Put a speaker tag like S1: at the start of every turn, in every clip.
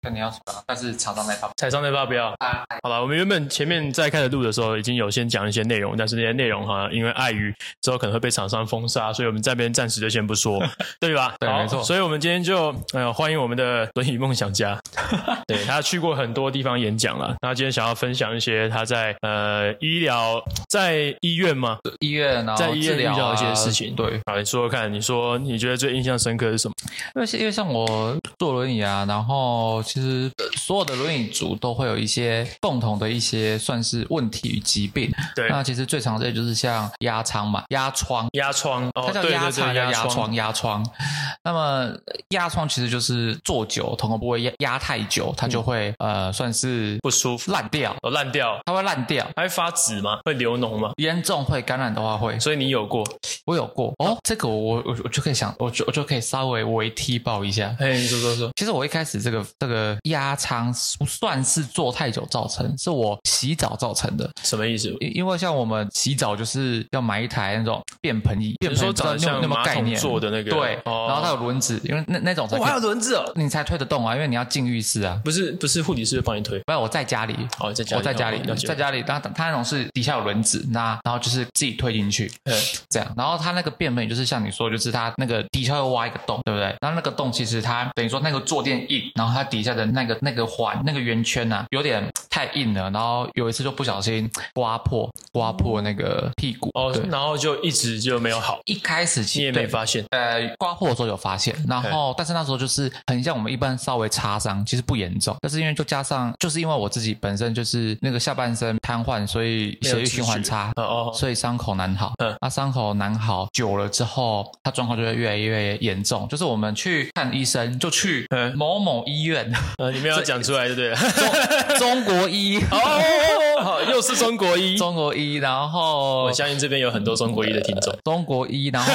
S1: 肯定要出啊但是厂商那一趴
S2: 踩上那把不要。
S1: 啊，
S2: 好了，我们原本前面在开始录的时候已经有先讲一些内容，但是那些内容好像因为碍于之后可能会被厂商封杀，所以我们这边暂时就先不说， 对吧？
S1: 对
S2: 好
S1: 没错
S2: 所以我们今天就呃欢迎我们的轮椅梦 想家，对他去过很多地方演讲了，他今天想要分享一些他在呃医疗在医院吗？
S1: 医院然后
S2: 在医
S1: 治
S2: 院遇
S1: 疗
S2: 到
S1: 啊
S2: 一些事情，
S1: 对，
S2: 好，你说说看，你说你觉得最印象深刻是什么？
S1: 因为因为像我坐轮椅啊，然后其实呃所有的轮椅族都会有一些共同的一些算是问题与疾病。
S2: 对，
S1: 那其实最常见的就是像压疮嘛，压疮。
S2: 压疮哦，
S1: 它叫
S2: 对
S1: 压
S2: 对
S1: 疮，
S2: 对，
S1: 叫压
S2: 疮
S1: 疮，，压疮。那么呃压疮其实就是坐久，瞳孔部位压压太久，它就会、呃算是
S2: 不舒服，
S1: 烂掉，
S2: 哦，烂掉，
S1: 它会烂掉。
S2: 还会发紫吗？会流脓吗？
S1: 严重会感染的话会，
S2: 所以你有过？
S1: 我有过哦，这个我我我就可以想，我就我就可以稍微微踢爆一下。
S2: 哎，你说说说。
S1: 其实我一开始这个这个压疮不算是坐太久造成，是我洗澡造成的。
S2: 什么意思？
S1: 因因为像我们洗澡就是要买一台那种便盆椅，
S2: 你
S1: 便
S2: 是
S1: 盆
S2: 说
S1: 椅
S2: 长得
S1: 你有
S2: 像
S1: 那么
S2: 马
S1: 概
S2: 桶
S1: 念
S2: 做的那个？
S1: 对，
S2: 哦
S1: 然后它有轮子，因为那那种才
S2: 哦，还有
S1: 可以
S2: 轮子哦。
S1: 你才推得动啊，因为你要进浴室啊。
S2: 不是不是，护理师会帮你推。
S1: 不然我在家里，
S2: 哦，在家里，
S1: 我在家里
S2: 哦了，解
S1: 在家里，当它那种是底下有轮子，那然后就是自己推进去，
S2: 嗯
S1: 这样。然后它那个便盆就是像你说，就是它那个底下会挖一个洞，对不对？然后那个洞其实它等于说那个坐垫硬，然后它底下的那个那个环那个圆圈呐、啊，有点太硬了。然后有一次就不小心刮破，刮破那个屁股。
S2: 哦
S1: 对，，
S2: 然后就一直就没有好，
S1: 一开始其
S2: 你
S1: 实
S2: 也
S1: 对
S2: 没发现。
S1: 呃，刮破的时候有发现，然后但是那时候就是很像我们一般稍微擦伤，其实不严重，但是因为就加上就是因为我自己本身就是那个下半身瘫痪，所以
S2: 没有
S1: 血液
S2: 知
S1: 循环
S2: 觉
S1: 差。
S2: 哦哦，
S1: 所以伤口难好，
S2: 嗯
S1: 那伤口难好久了之后，它状况就会越来越严重。就是我们去看医生，就去
S2: 嗯
S1: 某某医院，
S2: 呃，你们要讲出来就对了。
S1: 中中国医，
S2: 哦哦，哦好，又是中国医。
S1: 中国医，然后
S2: 我相信这边有很多中国医的听众。
S1: 中国医，然 后，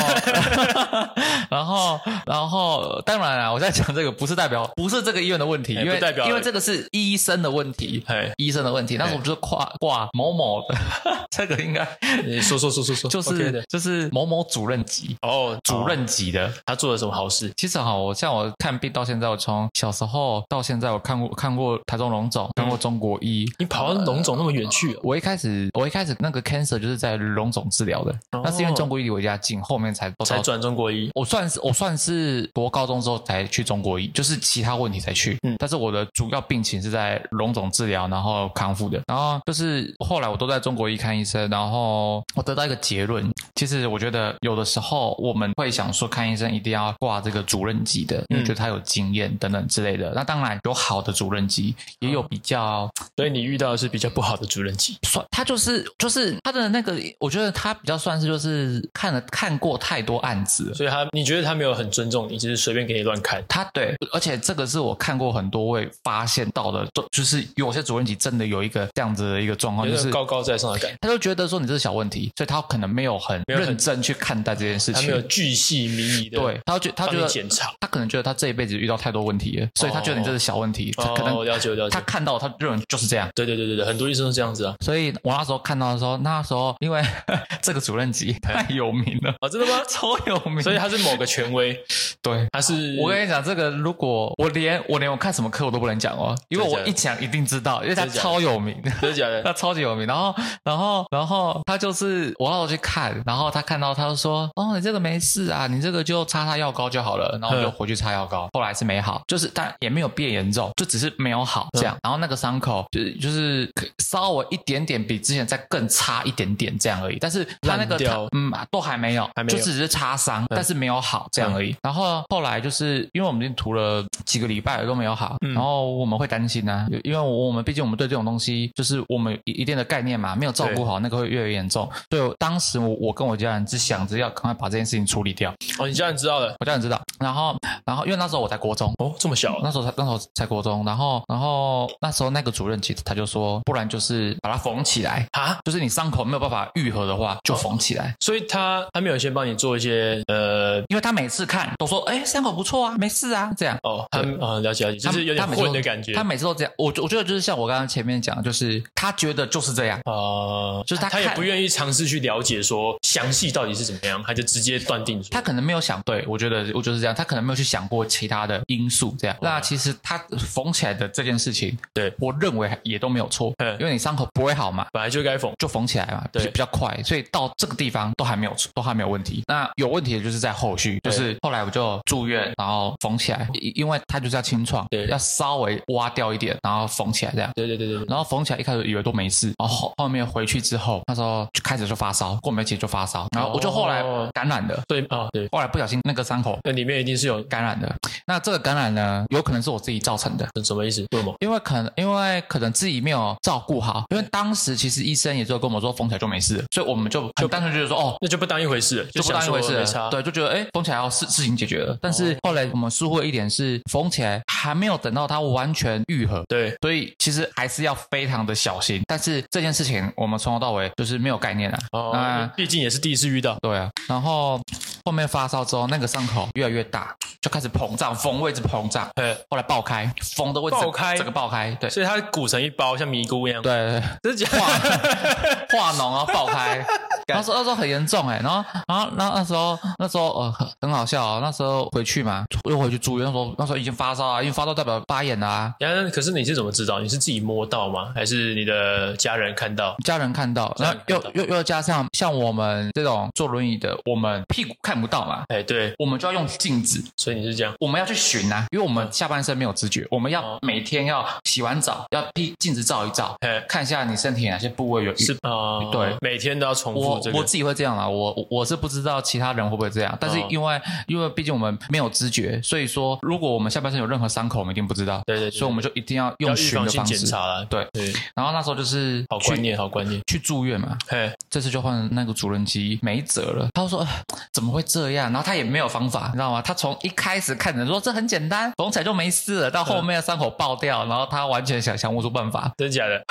S1: 然后，然后，当然啦，我在讲这个不是代表不是这个医院的问题，
S2: 哎
S1: 因为
S2: 不代表
S1: 因为这个是医生的问题，
S2: 哎，
S1: 医生的问题。但是我就是挂挂某某的， 这个应该
S2: 你说说说说说，
S1: 就
S2: OK
S1: 是
S2: 的
S1: 就是某某主任级
S2: 哦，
S1: 主任级的。
S2: 他做了什么好事？
S1: 其实哈，我像我看病到现在，我从小时候到现在，我看过看过台中龙
S2: 嗯
S1: 总，看过中国医。
S2: 你跑到龙总那么远去哦，
S1: 我一开始我一开始那个 cancer 就是在龙总治疗的，
S2: 哦
S1: 那是因为中国医离我家近，后面才都到
S2: 才转中国医。
S1: 我算是我算是国高中之后才去中国医，就是其他问题才去。
S2: 嗯
S1: 但是我的主要病情是在龙总治疗，然后康复的。然后就是后来我都在中国医看医生，然后我得到一个结论，其实我觉得有的时候我们会想说看医生一定要挂这个主任级的，因为觉得他有经验等等之类的。那当然有好的主任级，也有比较
S2: 所以你遇到的是比较不好的主任级。
S1: 算，他就是就是他的那个，我觉得他比较算是就是看了看过太多案子了。
S2: 所以他，你觉得他没有很尊重你，只是随便给你乱看。
S1: 他对，而且这个是我看过很多位发现到的，就就是有些主任级真的有一个这样子的一个状况，
S2: 有
S1: 哦就
S2: 那种
S1: 是
S2: 高高在上的感觉，
S1: 他就觉得说你这是小问题，所以他可能没有很
S2: 没有很
S1: 认真去看待这件事
S2: 他没有
S1: 情。
S2: 巨细靡遗的
S1: 对，他觉他
S2: 帮
S1: 觉
S2: 你
S1: 得
S2: 检查。
S1: 他可能觉得他这一辈子遇到太多问题了，所以他觉得你这是小问题，他
S2: 哦
S1: 可，
S2: 我
S1: 能
S2: 了解，我了解
S1: 他。看到他认为就是这样。
S2: 对对对对对，很多医生都这样子啊。
S1: 所以我那时候看到的时候，那时候因为 这个主任级太有名 了，
S2: 啊，真的吗？
S1: 超有名，
S2: 所以他是某个权威，
S1: 对
S2: 他是
S1: 我跟你讲，这个如果我连我连我看什么课我都不能讲哦，因为
S2: 真的
S1: 我
S2: 假的
S1: 一讲一定知道，因为他
S2: 真的假的
S1: 超有名，
S2: 真的假的？
S1: 他超级有名。然后，然后，然后他就是我让我去看，然后他看到他就说：“哦，你这个没事啊，你这个就擦擦药膏就好了。”然后我就
S2: 嗯
S1: 回去擦药膏，后来是没好，就是但也没有变严重，就只是没有好这样。然后那个伤口就是就是稍微一点点比之前再更差一点点这样而已，但是他那个
S2: 烂掉
S1: 他嗯都还没有，
S2: 还没有
S1: 就只是擦伤，但是没有好这样而已。然后后来就是因为我们已经涂了几个礼拜了都没有好，
S2: 嗯
S1: 然后我们会担心啊，因为我们毕竟我们对这种东西就是我们有一定的概念嘛，没有照顾好那个会越来越严重。所以我当时我我跟我家人只想着要赶快把这件事情处理掉，
S2: 哦，你家人知道了
S1: 我家人知道。然后然后因为那时候我在国中，
S2: 哦，这么小啊
S1: 那时候才那时候才国中，然后然后那时候那个主任其实他就说，不然就是是把它缝起来，
S2: 啊，
S1: 就是你伤口没有办法愈合的话，就缝起来。
S2: 所以他他没有先帮你做一些呃
S1: 因为他每次看都说，哎、伤口不错啊，没事啊，这样。
S2: 哦，他们啊了解了解，就
S1: 他
S2: 是有点
S1: 他每次都
S2: 混的感觉。
S1: 他每次都这样，我我觉得就是像我刚刚前面讲的，就是他觉得就是这样，
S2: 啊，
S1: 就是他
S2: 他也
S1: 看
S2: 不愿意尝试去了解说详细到底是怎么样，他就直接断定说
S1: 他可能没有想对，我觉得我就是这样，他可能没有去想过其他的因素，这样。那其实他缝起来的这件事情，
S2: 嗯对
S1: 我认为也都没有错
S2: 嗯，
S1: 因为你伤口不会好嘛。
S2: 本来就该缝。
S1: 就缝起来嘛，
S2: 对
S1: 比比较快，所以到这个地方都还没有出都还没有问题。那有问题的就是在后续，
S2: 对
S1: 就是后来我就住院，然后缝起来，因因为它就是要清创，
S2: 对
S1: 要稍微挖掉一点，然后缝起来这样。
S2: 对对对对对，
S1: 然后缝起来，一开始以为都没事，然后后后面回去之后，那时候就开始就发烧，过没几天就发烧，然后我就后来
S2: 哦
S1: 感染的，
S2: 对啊对，
S1: 后来不小心那个伤口
S2: 那里面一定是有
S1: 感染的。那这个感染呢，有可能是我自己造成的，
S2: 什么意思？为什么？
S1: 因为可能因为可能自己没有照顾好，因为当时其实医生也就跟我们说缝起来就没事了，所以我们就就单纯觉得说哦。
S2: 那就不当一回事了，
S1: 就不
S2: 想
S1: 当一
S2: 说
S1: 回事
S2: 没差。哦
S1: 了，对，就觉得哎，缝起来要事事情解决了。但是后来我们疏忽的一点是，缝起来还没有等到它完全愈合，
S2: 对
S1: 所以其实还是要非常的小心。但是这件事情我们从头到尾就是没有概念啊。
S2: 哦
S1: 那，
S2: 毕竟也是第一次遇到。
S1: 对啊，然后后面发烧之后，那个伤口越来越大，就开始膨胀，缝位置膨胀，
S2: 哎，
S1: 后来爆开，缝的位置
S2: 爆开
S1: 整个爆开，对
S2: 所以它鼓成一包，像迷菇一样。，
S1: 对对
S2: 真的假
S1: 对， 化
S2: 的？
S1: 化啊脓然后爆开。然后说那时候很严重哎、然后然后那那时候那时候呃很很好笑哦，那时候回去嘛， 又回去住院，那时候那时候已经发烧啊，因为发烧代表发炎啦、啊，
S2: 然后，可是你是怎么知道？你是自己摸到吗？还是你的家人看到？
S1: 家人看到，然后
S2: 家人
S1: 又
S2: 看到
S1: 又又加上像我们这种坐轮椅的，我们屁股看不到嘛，
S2: 哎，对，
S1: 我们就要用镜子，
S2: 所以你是这样。
S1: 我们要去寻啊，因为我们下半身没有知觉，我们
S2: 哦
S1: 要每天要洗完澡，要屁镜子照一照，
S2: 哎，
S1: 看一下你身体哪些部位有
S2: 是。啊，
S1: 对
S2: 每天都要重
S1: 我
S2: 复这
S1: 我
S2: 个。
S1: 自己会这样啦，我我我是不知道其他人会不会这样，但是
S2: 哦
S1: 因为、因为毕竟我们没有知觉，所以说如果我们下半身有任何伤口，我们一定不知道，
S2: 对对对，
S1: 所以我们就一定要用
S2: 要预
S1: 寻
S2: 防
S1: 的
S2: 性
S1: 方
S2: 检
S1: 式。
S2: 查了。
S1: 对，
S2: 对，
S1: 然后那时候就是
S2: 好观
S1: 去
S2: 念，好观念。哎
S1: 去住院嘛，
S2: 嘿，
S1: 这次就换那个主人机没辙了。他就说、哎怎么会这样？然后他也没有方法，你知道吗？他从一开始看着说这很简单，缝起来就没事了，到后面伤口爆掉，然后他完全想想不出办法。
S2: 真假的？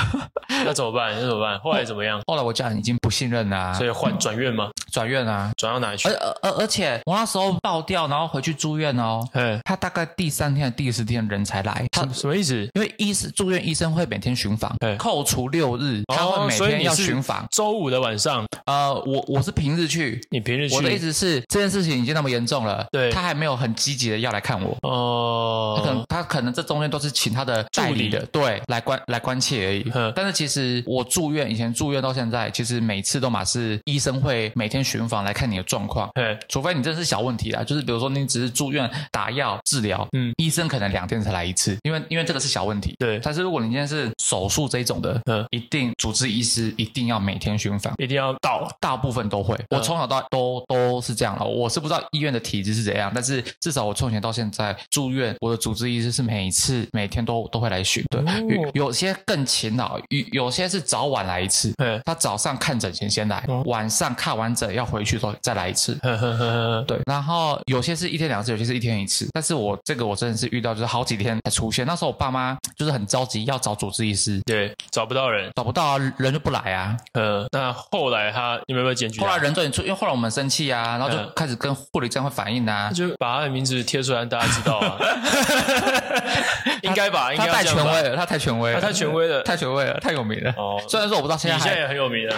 S2: 那怎么办？那怎么办？后来怎么样？
S1: 后来我家人已经不信任啦、
S2: 所以换转院吗？
S1: 转院啊，
S2: 转到哪里去
S1: 而？而而而且我那时候爆掉，然后回去住院哦。
S2: 嘿，
S1: 他大概第三天、第四天人才来，他
S2: 哎什么意思？
S1: 因为医师住院医生会每天巡访
S2: 对，
S1: 扣除六日，他会
S2: 哦
S1: 每
S2: 所以
S1: 天
S2: 你
S1: 要
S2: 是
S1: 巡访。
S2: 周五的晚上，
S1: 呃，我我是平日去，
S2: 你平日去？
S1: 我的意思是，这件事情已经那么严重了，
S2: 对
S1: 他还没有很积极的要来看我。他可能
S2: 哦，
S1: 他可能这中间都是请他的代理的，
S2: 助
S1: 对，来关来关切而已
S2: 嗯。
S1: 但是其实我住院以前住院到现在，其实每次都嘛是医生会每天巡访来看你的状况，
S2: 嘿，
S1: 除非你真的是小问题啦，就是比如说你只是住院打药治疗，
S2: 嗯
S1: 医生可能两天才来一次，因为因为这个是小问题。
S2: 对
S1: 但是如果你今天是手术这一种的，
S2: 嗯
S1: 一定主治医师一定要每天巡访。
S2: 一定要到。
S1: 大部分都会，
S2: 嗯
S1: 我从小到大都都是这样了。我是不知道医院的体制是怎样，但是至少我从以前到现在住院，我的主治医师是每次每天都都会来巡。对，
S2: 哦
S1: 有有些更勤劳，有有些是早晚来一次。
S2: 嘿，
S1: 他早上看诊前先来
S2: 哦，
S1: 晚上看完诊要回去之后再来一次。
S2: 呵呵呵呵，
S1: 对，然后有些是一天两次，有些是一天一次。但是我这个我真的是遇到，就是好几天才出现。那时候我爸妈就是很着急要找主治医师，
S2: 对，找不到人。
S1: 找不到啊，人就不来啊。
S2: 嗯，那后来他你们有没有检举啊
S1: 后来
S2: 他？
S1: 人转出，因为后来我们生气啊，然后
S2: 嗯
S1: 就开始跟护理站会反映啊
S2: 他。就把他的名字贴出来，让大家知道 啊。 应该吧，应
S1: 他
S2: 该要
S1: 太
S2: 这
S1: 权
S2: 样吧
S1: 威，了，他太权威了，
S2: 他太权威了。
S1: 太权威了，太有名了。
S2: 哦
S1: 虽然说我不知道现
S2: 你
S1: 在
S2: 现在
S1: 还，
S2: 也很 有名了，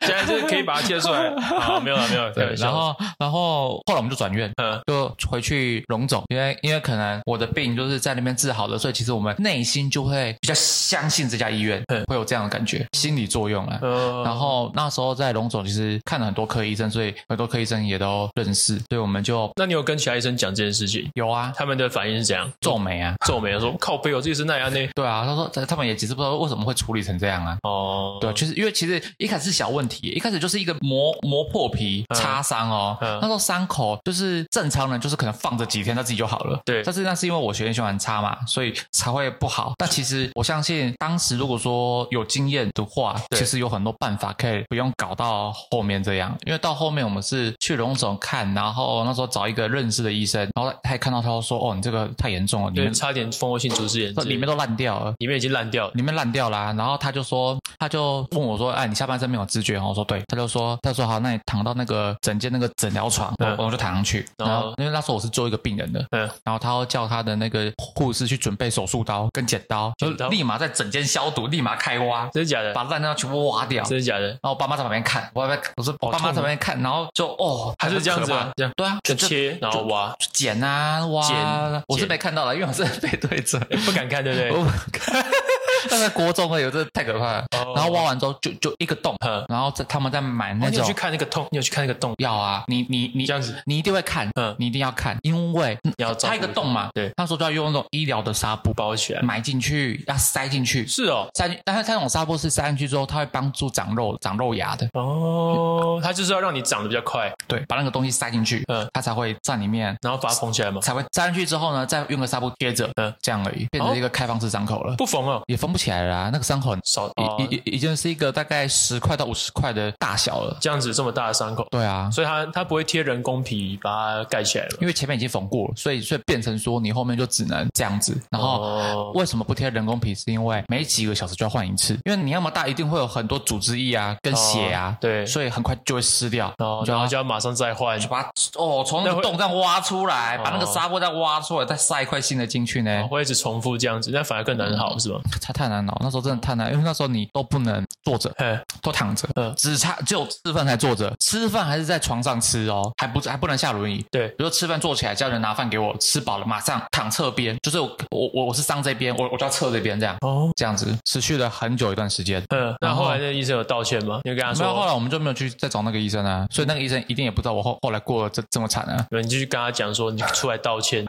S2: 现在就是可以把它贴出来。好，没有了，没有了，开
S1: 对，
S2: 玩笑
S1: 然后然后后来我们就转院。
S2: 嗯，
S1: 就回去荣总，因为因为可能我的病就是在那边治好的，所以其实我们内心就会比较相信这家医院
S2: 嗯，
S1: 会有这样的感觉，心理作用啊。
S2: 呃
S1: 然后那时候在荣总，其实看了很多科医生，所以很多科医生也都认识，所以我们就
S2: 那你有跟其他医生讲这件事情，
S1: 有啊
S2: 他们的反应是怎样？
S1: 皱眉啊，
S2: 皱眉说：“靠背，我哦这个是那样呢。
S1: 对啊，他说他他们也其实不知道为什么会处理成这样啊”。
S2: 哦，
S1: 对，其实因为其实一开始是小问题，一开始就是一个磨磨破皮
S2: 嗯
S1: 擦伤哦，
S2: 嗯
S1: 那时候伤口就是正常人就是可能放着几天他自己就好了，
S2: 对
S1: 但是那是因为我血液循环差嘛，所以才会不好。但其实我相信当时如果说有经验的话，
S2: 对
S1: 其实有很多办法可以不用搞到后面这样，因为到后面我们是去龙总看，然后那时候找一个认识的医生，然后他也看到他说哦你这个太严重了，里
S2: 对，
S1: 面
S2: 差点蜂窝性组织炎，
S1: 里面 都烂掉了。
S2: 里面已经烂掉了。
S1: 里面烂掉啦、然后他就说，他就问我说：“哎，你下半身没有知觉哦？”我说：“对。”他就说：“他就说好，那你躺到那个整间那个诊疗床，
S2: 嗯
S1: 我我就躺上去。”然
S2: 然
S1: 后
S2: 后
S1: 因为那时候我是做一个病人的，
S2: 嗯，
S1: 然后他要叫他的那个护士去准备手术刀跟剪刀，就
S2: 剪刀
S1: 立马在整间消毒，立马开挖，
S2: 真的假的？
S1: 把烂掉全部挖掉。
S2: 真的假的？
S1: 然后我爸妈在旁边看，我爸妈我说我爸
S2: 痛
S1: 妈
S2: 哦
S1: 在旁边看，然后就哦，
S2: 还是这样子
S1: 很可
S2: 啊
S1: 怕？
S2: 这样
S1: 对啊，
S2: 就
S1: 就
S2: 切，然后挖，
S1: 剪啊挖啊
S2: 剪，
S1: 我是
S2: 剪
S1: 没看到了，因为我是背对着。
S2: 不敢看，对不对？
S1: 我那在国中的有这太可怕了
S2: 哦，
S1: 然后挖完之后就就一个洞
S2: 嗯，
S1: 然后在他们在买那
S2: 哎你有
S1: 种
S2: 去看那个洞，你有去看那个洞，
S1: 药啊，你你你
S2: 这样子
S1: 你一定会看
S2: 嗯，
S1: 你一定要看，因为
S2: 你要照顾
S1: 它一个洞嘛，
S2: 对，
S1: 那时候就要用那种医疗的纱布
S2: 包起来。
S1: 埋进去，要塞进去，
S2: 是哦，
S1: 塞进，但是它那种纱布是塞进去之后，它会帮助长肉长肉芽的，
S2: 哦，它就是要让你长得比较快，
S1: 对，把那个东西塞进去呃
S2: 嗯，
S1: 它才会在里面。
S2: 然后把它缝起来嘛，
S1: 才会塞进去之后呢，再用个纱布贴着，呃
S2: 嗯
S1: 这样而已，变成一个开放式伤口了，
S2: 不缝哦，
S1: 也缝不起来了、啊。那个伤口很
S2: 少哦
S1: 已已已已经是一个大概十块到五十块的大小了。
S2: 这样子这么大的伤口，
S1: 对啊，
S2: 所以它它不会贴人工皮把它盖起来嘛。
S1: 因为前面已经缝过了，所以所以变成说你后面就只能这样子。然后
S2: 哦，
S1: 为什么不贴人工皮？是因为每几个小时就要换一次，因为你那么大一定会有很多组织液啊跟血啊
S2: 哦，对
S1: 所以很快就会湿掉。
S2: 哦，然后就要马上再换，
S1: 把它哦从那个洞这样挖出来，把那个
S2: 哦
S1: 纱布再挖出来，再塞一块新的进去呢。
S2: 会一直重复这样子，那反而更难好是吧？
S1: 太太难了，那时候真的太难，因为那时候你都不能坐着，
S2: 嘿，
S1: 都躺着，
S2: 嗯
S1: 只差只有吃饭才坐着，吃饭还是在床上吃哦，还不还不能下轮椅。
S2: 对，
S1: 比如说吃饭坐起来，叫人拿饭给我，吃饱了马上躺侧边，就是我我我我是伤这边，我我就要侧这边这样，
S2: 哦，
S1: 这样子持续了很久一段时间。
S2: 嗯，那
S1: 然后
S2: 后来那医生有道歉吗？你有跟他
S1: 没有，后
S2: 说，
S1: 来我们就没有去再找那个医生啊，所以那个医生一定也不知道我后后来过了这这么惨啊。
S2: 你就去跟他讲说你出来道歉，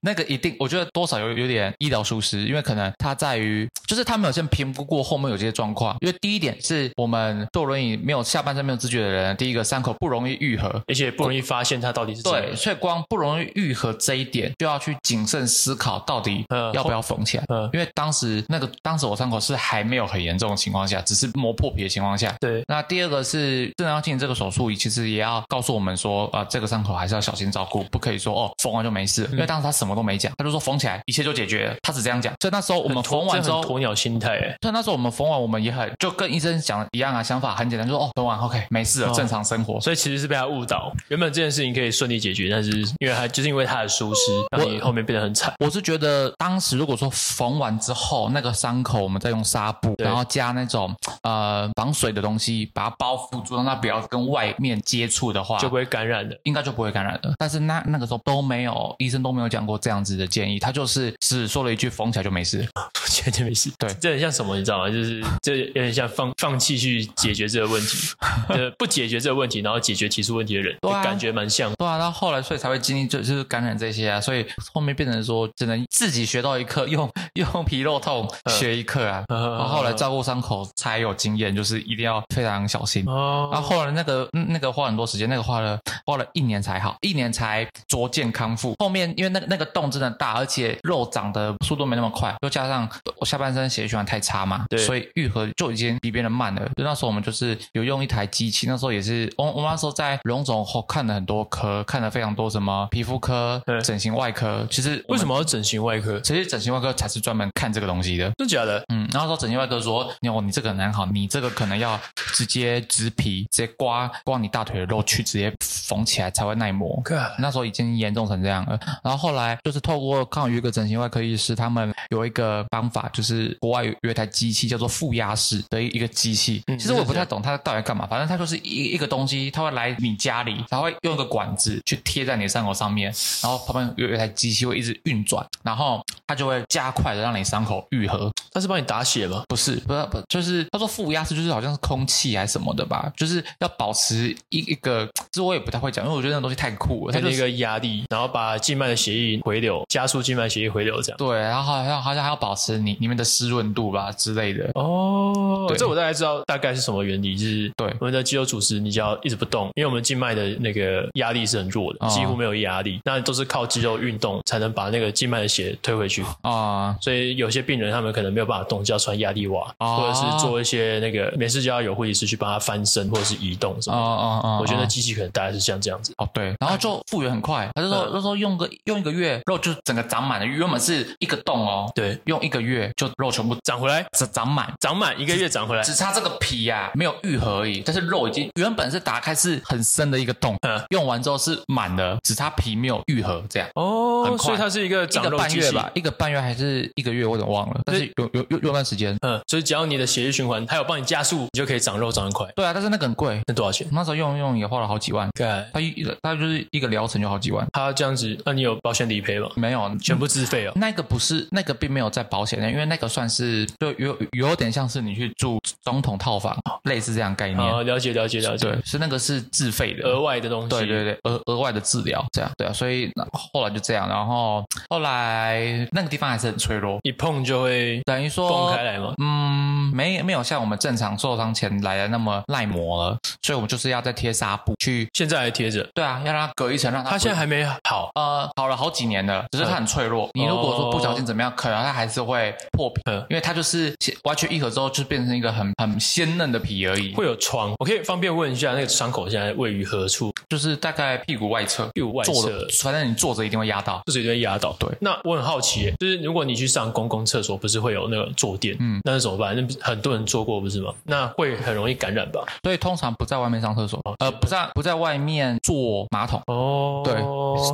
S1: 那个一定，我觉得多少有有点医疗疏失，因为可能它在于，就是他们有先评估过后面有这些状况。因为第一点是我们坐轮椅没有下半身没有知觉的人，第一个伤口不容易愈合，
S2: 而且不容易发现他到底是怎么
S1: 对，所以光不容易愈合这一点，就要去谨慎思考到底
S2: 嗯
S1: 要不要缝起来。
S2: 嗯
S1: 因为当时那个当时我伤口是还没有很严重的情况下，只是磨破皮的情况下。
S2: 对，
S1: 那第二个是正常进行这个手术，其实也要告诉我们说，啊、这个伤口还是要小心照顾，不可以说哦缝完就没
S2: 嗯
S1: 事，因为当时他什么都没讲，他就说缝起来一切就解决了，他只这样讲。所以那时候我们缝完之后
S2: 这很，鸵鸟心态，哎
S1: 对，那时候我们缝完，我们也很就跟医生讲的一样啊，想法很简单，就说哦缝完 OK 没事了，
S2: 哦
S1: 正常生活。
S2: 所以其实是被他误导。原本这件事情可以顺利解决，但是因为他就是因为他的疏失，让你后面变得很惨。
S1: 我是觉得当时如果说缝完之后那个伤口，我们再用纱布，
S2: 对
S1: 然后加那种呃防水的东西把它包覆住，让它不要跟外面接触的话，
S2: 就不会感染 的。
S1: 应该就不会感染了。但是那那个时候都没有医生都没有讲过这样子的建议，他就是只说了一句缝起来就没事。
S2: 我觉得没事。
S1: 对
S2: 这很像什么，你知道吗？就是这有点像放放弃去解决这个问题，呃，不解决这个问题，然后解决提出问题的人，
S1: 对啊
S2: 就感觉蛮像。
S1: 对啊，到后来所以才会经历就就是感染这些啊，所以后面变成说只能自己学到一课，用用皮肉痛学一课啊。
S2: 嗯
S1: 然后后来照顾伤口才有经验，就是一定要非常小心。
S2: 哦
S1: 然后后来那个、嗯那个花很多时间，那个花了花了一年才好，一年才逐渐康复。后面因为那个那个洞真的大，而且肉长的速度没那么快，又加上我下半身血液循环太差嘛，
S2: 对
S1: 所以愈合就已经比别人慢了。就那时候我们就是有用一台机器，那时候也是我我那时候在龙总后看了很多科，看了非常多什么皮肤科
S2: 嗯、
S1: 整形外科。其实
S2: 为什
S1: 么？
S2: 么要整形外科？
S1: 其实整形外科才是专门看这个东西的。
S2: 真假的？
S1: 嗯，然后说整形外科说，你哦，你这个很难好，你这个可能要直接植皮，直接刮刮你大腿的肉去，直接缝起来才会耐磨。
S2: 看，
S1: 那时候已经严重成这样了，然后后来就是透过刚好有一个整形外科医师，他们有一个方法，就是国外有有一台机器叫做负压式的一一个机器，
S2: 嗯
S1: 其实我也不太懂它到底干嘛，反正它就是一一个东西，它会来你家里，它会用一个管子去贴在你的伤口上面，然后旁边有有一台机器会一直运转，然后它就会加快的让你伤口愈合，
S2: 他是帮你打血吗？
S1: 不是，不是，不就是他说负压式，就是好像是空气还是什么的吧，就是要保持一一个，这我也不太会讲，因为我觉得那东西太酷了。它
S2: 给
S1: 就
S2: 你一
S1: 是
S2: 个压力，然后把静脉的血液回流，加速静脉血液回流，这样。
S1: 对，然后好像好像还要保持你你们的湿润度吧之类的。
S2: 哦
S1: 对
S2: 这我大概知道大概是什么原理，就是
S1: 对
S2: 我们的肌肉组织，你只要一直不动，因为我们静脉的那个压力是很弱的，
S1: 哦
S2: 几乎没有压力，那都是靠肌肉运动才能把那个静脉的血推回去。
S1: 啊、
S2: 所以有些病人他们可能没有有办法动，就要穿压力袜，
S1: 哦
S2: 或者是做一些那个没事就要有护理师去帮他翻身或者是移动什
S1: 哦
S2: 么的。
S1: 哦哦，
S2: 我觉得
S1: 哦
S2: 机器可能大概是像这样子。
S1: 哦，对，然后就复原很快，他就说
S2: 嗯
S1: 那时候用个用一个月，肉就整个长满了，原本是一个洞哦，
S2: 对，
S1: 用一个月就肉全部
S2: 长回来，
S1: 长长满，
S2: 长满一个月 长回来，
S1: 只差这个皮呀、没有愈合而已，但是肉已经原本是打开是很深的一个洞，
S2: 嗯
S1: 用完之后是满的，只差皮没有愈合，这样很
S2: 哦，
S1: 快
S2: 所以它是一个
S1: 一
S2: 长
S1: 个
S2: 肉
S1: 半
S2: 机
S1: 月
S2: 器。
S1: 吧，一个半月还是一个月，我有点忘了，但是有有有有段时间，
S2: 嗯，所以只要你的血液循环，它有帮你加速，你就可以长肉长很快。
S1: 对啊，但是那个很贵，
S2: 那多少钱？
S1: 那时候用用也花了好几万，
S2: 看
S1: 他一他就是一个疗程就好几万，
S2: 它这样子，那你有保险理 赔吗？
S1: 没有
S2: 全部自费哦。
S1: 那个不是那个，并没有在保险内，因为那个算是就有有点像是你去住总统套房，类似这样概念。
S2: 哦，了解了解了解
S1: 对，，是那个是自费的，
S2: 额外的东西。
S1: 对对对，额额外的治疗这样。对啊，所以那后来就这样，然后后来那个地方还是很脆弱，
S2: 一碰就会
S1: 等于
S2: 蹦
S1: 说
S2: 开。来嘛。
S1: 嗯，没没有像我们正常受伤前来的那么耐磨了，所以我们就是要再贴纱布去，
S2: 现在还贴着，
S1: 对啊，要让它隔一层，让它
S2: 它
S1: 不
S2: 现在还没好。
S1: 呃，好了好几年了，只是它很脆弱。你如果说不小心怎么样，可能它还是会破皮，
S2: 嗯
S1: 因为它就是完全愈合之后，就变成一个很很鲜嫩的皮而已，
S2: 会有疮，我可以方便问一下那个伤口现在位于何处？
S1: 就是大概屁股外侧，
S2: 屁股外
S1: 坐
S2: 侧
S1: 着，，反正你坐着一定会压到。
S2: 就是有点压倒。
S1: 对
S2: 那我很好奇耶，就是如果你去上公共厕所，不是会有那个坐垫？
S1: 嗯，
S2: 那是怎么办？那不是很多人坐过不是吗？那会很容易感染吧？
S1: 所以通常不在外面上厕所，呃，不在不在外面坐马桶，
S2: 哦，
S1: 对，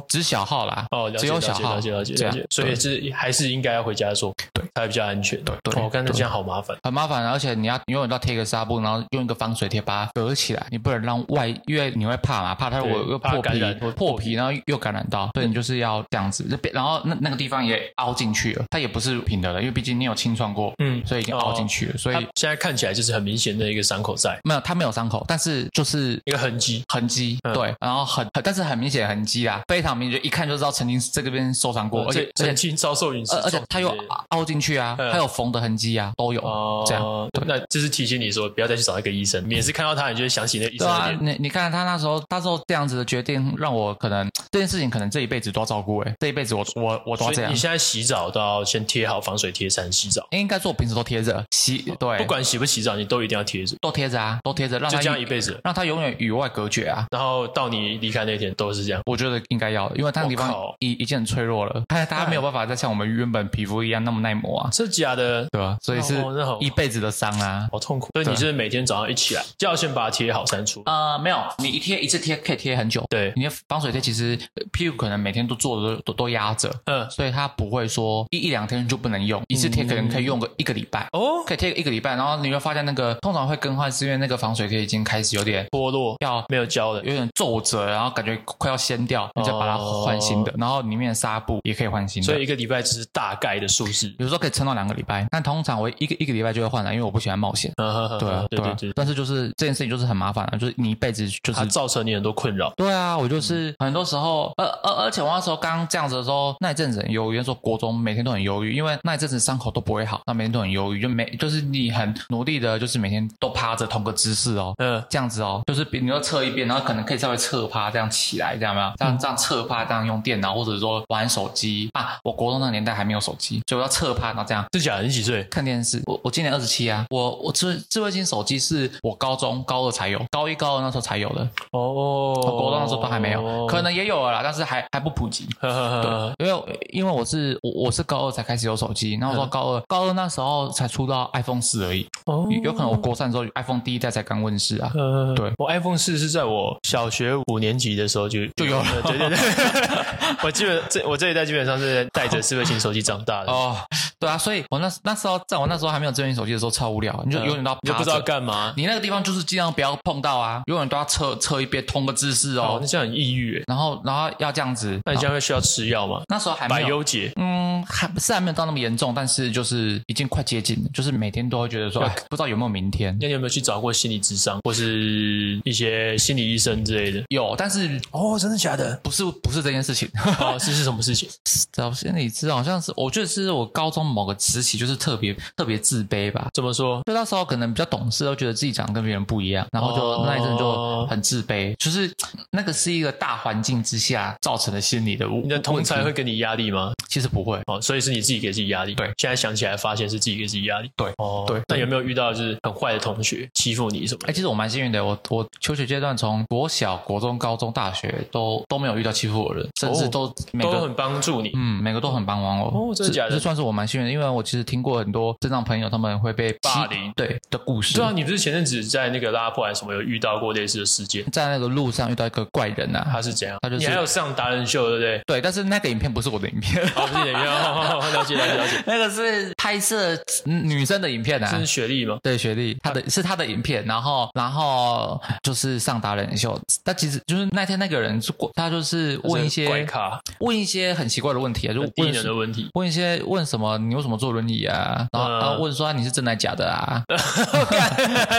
S1: 只小号啦，
S2: 哦，了
S1: 只
S2: 解
S1: 有
S2: 了解
S1: 小号，
S2: 了解了解
S1: 这
S2: 了
S1: 样
S2: 解，，所以
S1: 对
S2: 是还是应该要回家做，
S1: 对，
S2: 才比较安全。
S1: 对对
S2: 哦，刚才
S1: 对
S2: 这样好麻烦。
S1: 很麻烦，而且你要永远都要贴一个纱布，然后用一个防水贴把它隔起来，你不能让外，因为你会怕嘛，怕它
S2: 对
S1: 我又
S2: 怕
S1: 破
S2: 感
S1: 皮
S2: 染或，
S1: 破皮，然后又感染到，所以你就是要这样子，就变然后那那个地方也凹进去了，它也不是平的了，因为毕竟你有清创过，
S2: 嗯
S1: 所以已经凹进去了，所
S2: 它
S1: 以
S2: 现在看起来就是很明显的一个伤口在，
S1: 没有它没有伤口，但是就是
S2: 一个痕迹。
S1: 痕迹，
S2: 嗯
S1: 对，然后很很，但是很明显的痕迹啦，非常明显，就一看就知道曾经这个边受伤
S2: 嗯
S1: 过，而且而且
S2: 曾经遭受陨石
S1: 而而
S2: 撞击之类
S1: 且
S2: 的，
S1: 它有凹进去啊，
S2: 嗯
S1: 它有缝的痕迹啊，都有，
S2: 哦，
S1: 这样。对
S2: 那就是提醒你说不要再去找那个医生，每次看到他你就会想起那个医
S1: 对
S2: 生的
S1: 啊，
S2: 脸。
S1: 你你看他那时候，那时候这样子的决定，让我可能这件事情可能这一辈子都要照顾哎、这一辈子我我我都要
S2: 所
S1: 这
S2: 以
S1: 样
S2: 你，现在洗澡都要先贴好防水贴才能洗澡，
S1: 应该说我平时都贴着洗，对，
S2: 哦不管洗不洗澡，你都一定要贴着，
S1: 都贴着啊，都贴着，让
S2: 就
S1: 他
S2: 这样一辈子。
S1: 让他永远与外隔绝啊。
S2: 然后到你离开那天都是这样。
S1: 我觉得应该要的，因为他那个地
S2: 我
S1: 方
S2: 靠
S1: 已已经很脆弱了， 他他没有办法再像我们原本皮肤一样那么耐磨啊，
S2: 这假的，
S1: 对吧、所以是
S2: 哦那好
S1: 一辈子的伤啊。
S2: 好痛苦。所以你是每天早上一起来就要先把它贴好删除。
S1: 呃，没有，你一贴一次贴可以贴很久，
S2: 对，
S1: 你的防水贴其实呃屁股可能每天都坐着都都都压着，
S2: 嗯，
S1: 所以它不会说一一两天就不能用，一次贴可能可以用个一个礼拜，
S2: 哦，
S1: 可以贴个一个礼拜，然后你会发现那个通常会更换，是因为那个防水贴已经开始有点
S2: 脱落
S1: 要呃
S2: 没有胶的，
S1: 有点皱褶，然后感觉快要掀掉，你再把它换新的，然后里面的纱布哦也可以换新的，
S2: 所以一个礼拜只是大概的数字。
S1: 有时候可以撑到两个礼拜，但通常我一个一个礼拜就会换了，因为我不喜欢冒险。
S2: 嗯
S1: 对啊，
S2: 对
S1: 啊
S2: 对对，
S1: 但是就是这件事情就是很麻烦了，啊就是你一辈子就
S2: 它
S1: 是
S2: 造成你很多困扰。
S1: 对啊，我就是很多时候，而而而且我那时候刚这样子的时候，那一阵子很忧郁，那时候国中每天都很忧郁，因为那一阵子伤口都不会好，那每天都很忧郁，就每就是你很努力的，就是每天都趴着同个姿势哦。
S2: 嗯，
S1: 这样子哦，就是比你要侧一边，然后可能可以稍微侧趴这样起来，这样有没有？这样这样侧趴，这样用电脑或者说玩手机啊。我国中那个年代还没有手机，所以我要侧趴，然后这样
S2: 是假的，你几岁？
S1: 看电视。我我今年二十七啊，我我智智慧型手机是我高中高二才有，高一高二那时候才有的。
S2: 哦，
S1: 我国中的时候都还没有，可能也有了啦，但是还还不普及。
S2: 呵呵呵，
S1: 因为因为我是我我是高二才开始有手机，然后我说
S2: 嗯
S1: 高二、高二那时候才出到 iPhone 四而已，
S2: 哦
S1: 有有可能我国三的时候 iPhone 第一代才刚问世啊。
S2: 呃，
S1: 对，
S2: 我 iPhone 四是在我小学五年级的时候就就有了，对对对， 我基本这我这一代基本上是带着智慧型手机长大的，
S1: 哦，对啊，所以我那那时候在我那时候还没有智能手机的时候超无聊，你就永远都要
S2: 嗯你就不
S1: 趴
S2: 知道
S1: 着
S2: 干嘛，
S1: 你那个地方就是尽量不要碰到啊，永远都要侧侧一边通个姿势
S2: 哦
S1: 哦，，
S2: 那这样很抑郁耶，
S1: 然后然后要这样子。
S2: 那你这样会需要吃药吗？
S1: 那时候还
S2: 百
S1: 没有
S2: 忧解，
S1: 嗯，还不是还没有到那么严重，但是就是已经快接近了，就是每天都会觉得说，哎不知道有没有明天。
S2: 那你有没有去找过心理咨商或是一些心理医生之类的？
S1: 有，但是
S2: 哦，真的假的？
S1: 不是不是这件事情。
S2: 哦，这是什么事情？
S1: 找心理治疗好像是，我觉得是我高中某个时期就是特别特别自卑吧。
S2: 怎么说？
S1: 就那时候可能比较懂事，都觉得自己长得跟别人不一样，然后就、
S2: 哦
S1: 那一阵就很自卑，就是那个是一个大环境之下造成的心理的问题。
S2: 你的同才会给你压力吗？
S1: 其实不会，
S2: 哦，所以是你自己给自己压力。
S1: 对
S2: 现在想起来发现是自己给自己压力。
S1: 对
S2: 哦，
S1: 对
S2: 那有没有遇到就是很坏的同学欺负你什么
S1: 哎、
S2: 的？
S1: 其实我蛮幸运的，我我求学阶段从国小、国中、高中、大学都都没有遇到欺负我的人，甚至都每个、
S2: 哦都很帮助你。
S1: 嗯每个都很帮忙我。
S2: 哦真的假的
S1: 这这算是我蛮幸运的，因为我其实听过很多智障朋友他们会被欺
S2: 霸凌
S1: 对的故事。
S2: 对啊，你不是前阵子在那个拉破还是什么有遇到过类似的事件？
S1: 在那个路上遇到一个怪人呐、
S2: 他是怎样？
S1: 他就是
S2: 你还有上达人秀对不对？
S1: 对，但是那个影片不是我的影片，
S2: 哦，不是，你要 了解了解了解，
S1: 那个是拍摄嗯女生的影片
S2: 这
S1: 啊
S2: 是。啊学历吗？
S1: 对，学历，他的是他的影片，然后然后就是上达人秀，但其实就是那天那个人是过，他就是问一
S2: 这是怪
S1: 些
S2: 咖
S1: 问一些很奇怪的问题啊，就
S2: 很低
S1: 问
S2: 能的 问题。
S1: 问一些问什么，你为什么坐轮椅啊？然后、
S2: 嗯
S1: 然后问说、你是真的还假的 啊？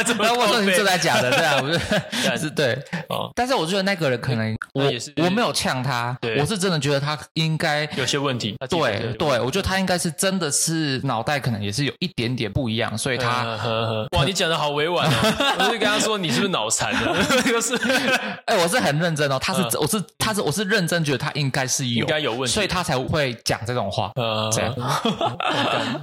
S2: 这么
S1: 然后问说你是真的
S2: 靠背
S1: 还假的，对啊，不
S2: 干
S1: 是是对。
S2: 哦，
S1: 但是我觉得那个人可能我
S2: 那也是
S1: 我没有呛他
S2: 对，
S1: 我是真的觉得他应该
S2: 有些问题。他自己觉
S1: 对
S2: 得有
S1: 对，我觉得他应该是真的是脑袋可能也是有一点点不一样，所以他
S2: 嗯呵呵哇，你讲的好委 婉哦！我就跟他说你是不是脑残了， 就是
S1: 哎、我是很认真哦，他是、我是他是我是认真觉得他应该是有
S2: 嗯应该有问题
S1: 所以他才会讲这种话。
S2: 呃，
S1: 这样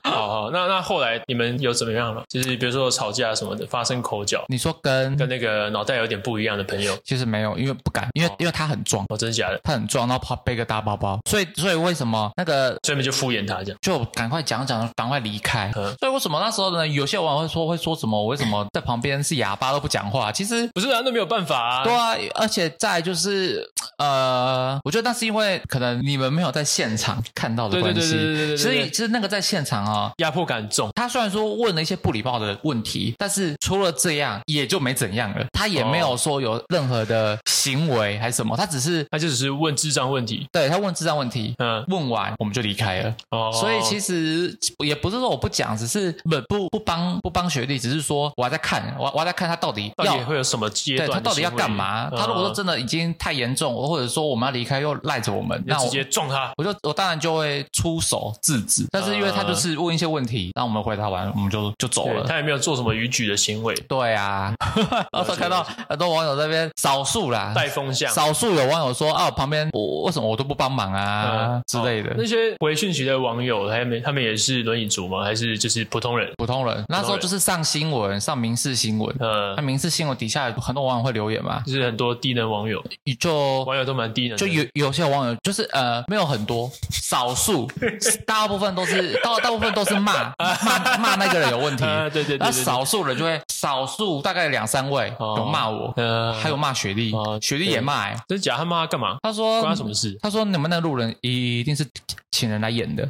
S2: 好好，那那后来你们有怎么样了？就是比如说吵架什么的，发生口角，
S1: 你说跟
S2: 跟那个脑袋有点不一样的朋友，
S1: 其实没有，因为不敢，因为、因为他很壮，
S2: 哦，真的假的？
S1: 他很壮，然后怕背个大包包，所以所以为什么那个
S2: 所以你们就敷衍他这样，
S1: 就赶快讲讲，赶快离开。
S2: 嗯
S1: 所以为什么那时候呢？有些网友会说会说什么？我为什么在旁边是哑巴都不讲话？其实
S2: 不是啊，那没有办法啊。
S1: 对啊，而且再来就是呃，我觉得那是因为可能你们没有在现场看到的
S2: 对对
S1: 关系。
S2: 对对对对对对
S1: 其实其实那个在现场啊、
S2: 压迫感很重，
S1: 他虽然说问了一些不礼貌的问题，但是除了这样也就没怎样了。他也没
S2: 哦
S1: 有说有任何的行为还是什么，他只是
S2: 他就只是问智障问题，
S1: 对他问智障问题，
S2: 嗯，
S1: 问完我们就离开了。
S2: 哦，
S1: 所以其
S2: 实
S1: 实也不是说我不讲，只是不不不帮不帮学弟，只是说我还在看，我我还在看他到底
S2: 到
S1: 要
S2: 底会有什么阶
S1: 对
S2: 段
S1: 他
S2: 的行为？嗯
S1: 到底要干嘛。他如果说
S2: 真，
S1: 真的已经太严重，或者说我们要离开又赖着我们，
S2: 你就
S1: 那
S2: 直
S1: 我
S2: 接撞他，
S1: 我就我当然就会出手制止。但是因为他就是问一些问题，那我们回答完我们就就走
S2: 嗯对
S1: 了。
S2: 他也没有做什么逾矩的行为，
S1: 对 啊，然后看到很多网友这边少数啦，
S2: 带风向。
S1: 少数有网友说啊，我旁边我为什么我都不帮忙啊
S2: 嗯
S1: 之类的。
S2: 那些回讯息的网友，他们他们也是轮椅族吗？还是就是普通人？
S1: 普通人那时候就是上新闻，上民事新闻，
S2: 呃
S1: 那，民事新闻底下有很多网友会留言嘛，
S2: 就是很多低能网友，
S1: 你就
S2: 网友都蛮低能的，
S1: 就有有些网友就是呃没有很多，少 数，大部分都是大大部分都是骂骂骂那个人有问题，
S2: 啊，对对对
S1: 那
S2: 对对，
S1: 少数人就会少数大概两三位
S2: 哦
S1: 有骂我，
S2: 呃，
S1: 还有骂雪莉
S2: 哦，
S1: 雪莉也骂欸，
S2: 真假他妈干嘛？
S1: 他说
S2: 关他什么事？
S1: 他说你们那路人一定是请人来演 的，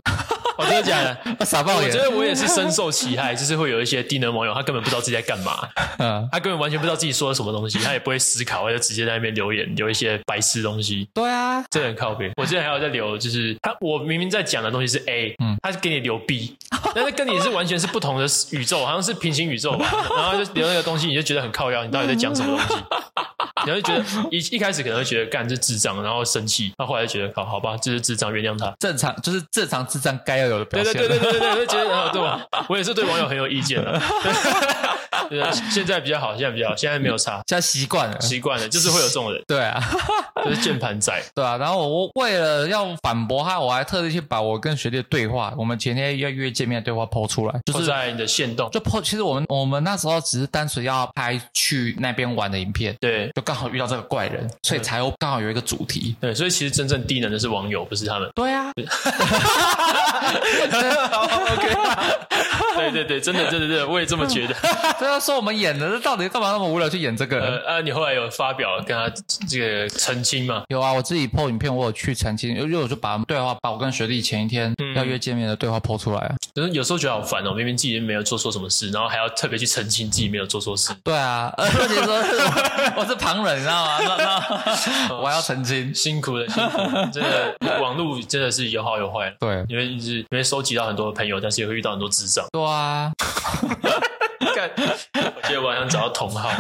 S2: 哦，真的 假的？
S1: 傻爆
S2: 我
S1: 眼
S2: 觉，得我也是深受其害，就是会有一些低能网友，他根本不知道自己在干嘛，
S1: 嗯，
S2: 他根本完全不知道自己说了什么东西，他也不会思考，他就直接在那边留言，留一些白痴东西。
S1: 对啊，
S2: 真的很靠边。我之前还有在留，就是他，我明明在讲的东西是 A，他是给你留 B，但是跟你是完全是不同的宇宙，好像是平行宇宙吧。然后就留那个东西，你就觉得很靠腰，你到底在讲什么东西？然后就觉得一一开始可能会觉得干这智障，然后生气，然后后来就觉得好好吧，这是智障，原谅他。
S1: 正常就是正常智障该要有的表
S2: 对对
S1: 现，
S2: 对对对对对，觉得哦对吧？我也是对网友很有意见的。对，现在比较好，现在比较好，现在没有差，
S1: 现在习惯了，
S2: 习惯了，就是会有这种人，
S1: 对啊。
S2: 就是键盘仔。
S1: 对啊，然后我为了要反驳他，我还特地去把我跟学弟的对话，我们前天要约见面的对话抛出来，就
S2: 就是
S1: 是
S2: 在哦你的线动，
S1: 就抛。其实我们我们那时候只是单纯要拍去那边玩的影片，
S2: 对
S1: 就刚好遇到这个怪人，所以才有刚好有一个主题。
S2: 对，所以其实真正低能的是网友，不是他们。
S1: 对啊，
S2: 对对对，真的，真的，真的，我也这么觉得。
S1: 对啊，说我们演的，这到底干嘛那么无聊去演这
S2: 呃
S1: 个？
S2: 啊，你后来有发表跟他这个澄清吗？
S1: 有啊，我自己 PO 影片，我有去澄清，因为我就把对话，把我跟学弟前一天要约见面的对话抛出来啊。
S2: 就是有时候觉得好烦哦，明明自己没有做错什么事，然后还要特别去澄清自己没有做错事。
S1: 对啊，而且说 是我我是旁人，你知道吗？那那 我还要澄清。
S2: 辛苦了，辛苦了，真的，网络真的是有好有坏。
S1: 对，
S2: 你会一直
S1: 啊
S2: 你会收集到很多朋友，但是也会遇到很多智障。
S1: 对啊，
S2: 干结果晚上找到同号。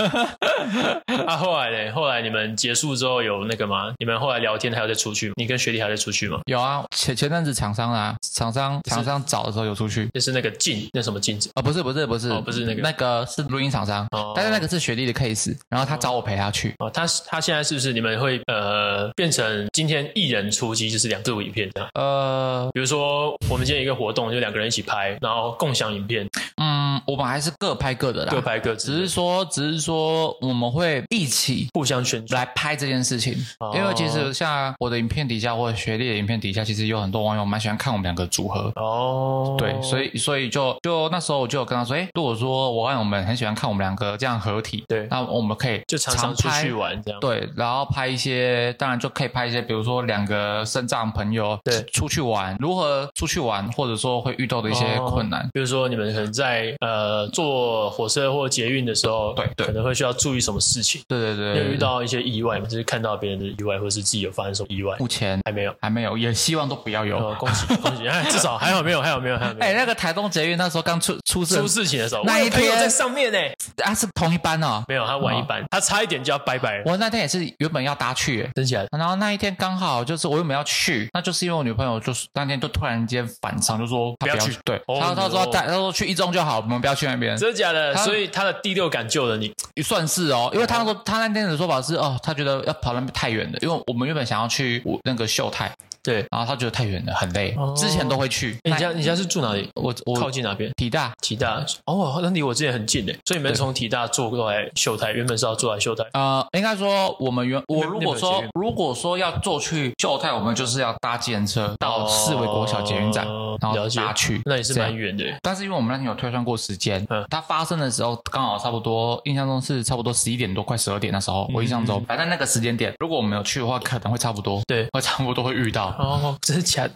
S2: 啊，后来嘞，后来你们结束之后有那个吗？你们后来聊天还有再出去吗？你跟学弟还有再出去吗？
S1: 有啊，前前阵子厂商啊，厂商厂商找的时候有出去。
S2: 就是那个镜，那什么镜子？
S1: 啊、不是不是不是、
S2: 哦不是那个
S1: 那个是录音厂商，
S2: 哦
S1: 但是那个是学弟的 case，然后他找我陪他去，
S2: 哦，他他现在是不是你们会呃变成今天一人出击，就是两部影片这样？
S1: 呃
S2: 比如说我们今天有一个活动，就两个人一起拍，然后共享影片，
S1: 嗯，我们还是各拍各的啦，
S2: 各拍各自，
S1: 只是说只是说我们会一起
S2: 互相宣传。
S1: 来拍这件事情，
S2: 哦
S1: 因为其实像我的影片底下或者学弟的影片底下，其实有很多网友蛮喜欢看我们两个组合。
S2: 哦，
S1: 对，所以所以就就那时候我就有跟他说，哎，如果说我网友们很喜欢看我们两个这样合体，
S2: 对
S1: 那我们可以
S2: 就常常出
S1: 拍
S2: 去玩这样。
S1: 对，然后拍一些，当然就可以拍一些，比如说两个肾脏朋友
S2: 对
S1: 出去玩，如何出去玩，或者说会遇到的一些
S2: 哦
S1: 困难。
S2: 比如说你们可能在呃坐火车或捷运的时候，
S1: 对对
S2: 可能会需要注意什么事情？
S1: 对对对，
S2: 你有
S1: 对
S2: 遇。到一些意外吗？就是看到别人的意外，或是自己有发生什么意外？
S1: 目前
S2: 还没有，
S1: 还没有，也希望都不要有。
S2: 呃，恭喜恭喜！哎，至少还好没有，还好没有，还好没
S1: 哎，
S2: 有。
S1: 那个台东捷运那时候刚出出事
S2: 出，事情的时候，
S1: 那一
S2: 我有朋友
S1: 天
S2: 在上面呢，
S1: 啊是同一班哦。
S2: 没有，他晚一班，他差一点就要拜拜了。
S1: 我那天也是原本要搭去，哎
S2: 真假的？
S1: 然后那一天刚好就是我原本要去，那就是因为我女朋友就是那天就突然间反常，就说她
S2: 不要
S1: 要
S2: 去
S1: 对，
S2: 哦
S1: 她她说
S2: 哟
S1: 带她说去一中就好，我们不要去那边。
S2: 真的假的？
S1: 他
S2: 所以他的第六感救了你。
S1: 算是哦，因为他说他那天的说法是哦，他觉得要跑那边太远了，因为我们原本想要去我那个秀泰，
S2: 对，
S1: 然后他觉得太远了，很累，
S2: 哦
S1: 之前都会去。
S2: 哎你
S1: 那
S2: 家你家是住哪里？
S1: 我我
S2: 靠近哪边？
S1: 体大
S2: 体大哦，那离我之前很近诶，所以你们
S1: 对
S2: 从体大坐过来秀台，原本是要坐来秀台，
S1: 呃，应该说我们原我
S2: 那边
S1: 如果
S2: 那
S1: 说
S2: 边有捷
S1: 如果说要坐去秀泰，我们就是要搭计程车到四维国小捷运站，
S2: 哦
S1: 然后
S2: 了解
S1: 搭去，
S2: 那也是
S1: 这样
S2: 蛮远的耶。
S1: 但是因为我们那天有推算过时间，
S2: 嗯
S1: 它发生的时候刚好差不多，印象中是差不多十一点多，快十二点那时候，我印象中，反正那个时间点，如果我们有去的话，可能会差不多，
S2: 嗯对
S1: 会差不多会遇到。
S2: 哦，真的假的？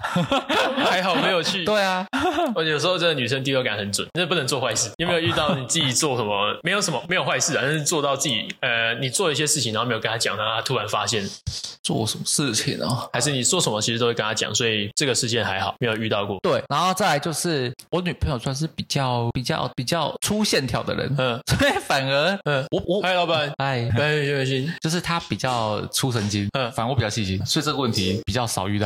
S2: 还好没有去。
S1: 对啊，
S2: 我有时候真的女生第六感很准，真的不能做坏事。你有没有遇到你自己做什么？没有什么，没有坏事啊，但是做到自己呃，你做了一些事情，然后没有跟她讲，然后她突然发现，
S1: 做什么事情啊？
S2: 还是你做什么其实都会跟她讲，所以这个事件还好没有遇到过。
S1: 对，然后再来就是我女朋友算是比较比较比较粗线条的人，
S2: 嗯
S1: 所以反而
S2: 嗯，
S1: 我我
S2: 嗨，老板，
S1: 哎，
S2: 哎，有 点心。
S1: 就是她比较粗神经，
S2: 嗯
S1: 反而我比较细心，所以这个问题比较少遇到。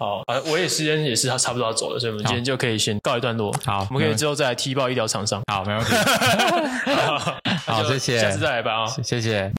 S2: 好，呃，我也时间也是他差不多要走了，所以我们今天就可以先告一段落。
S1: 好
S2: 我们可以之后再来踢爆医疗厂商。
S1: 好，没问题，
S2: 好，那就
S1: 谢谢
S2: 下次再来吧啊、
S1: 谢谢。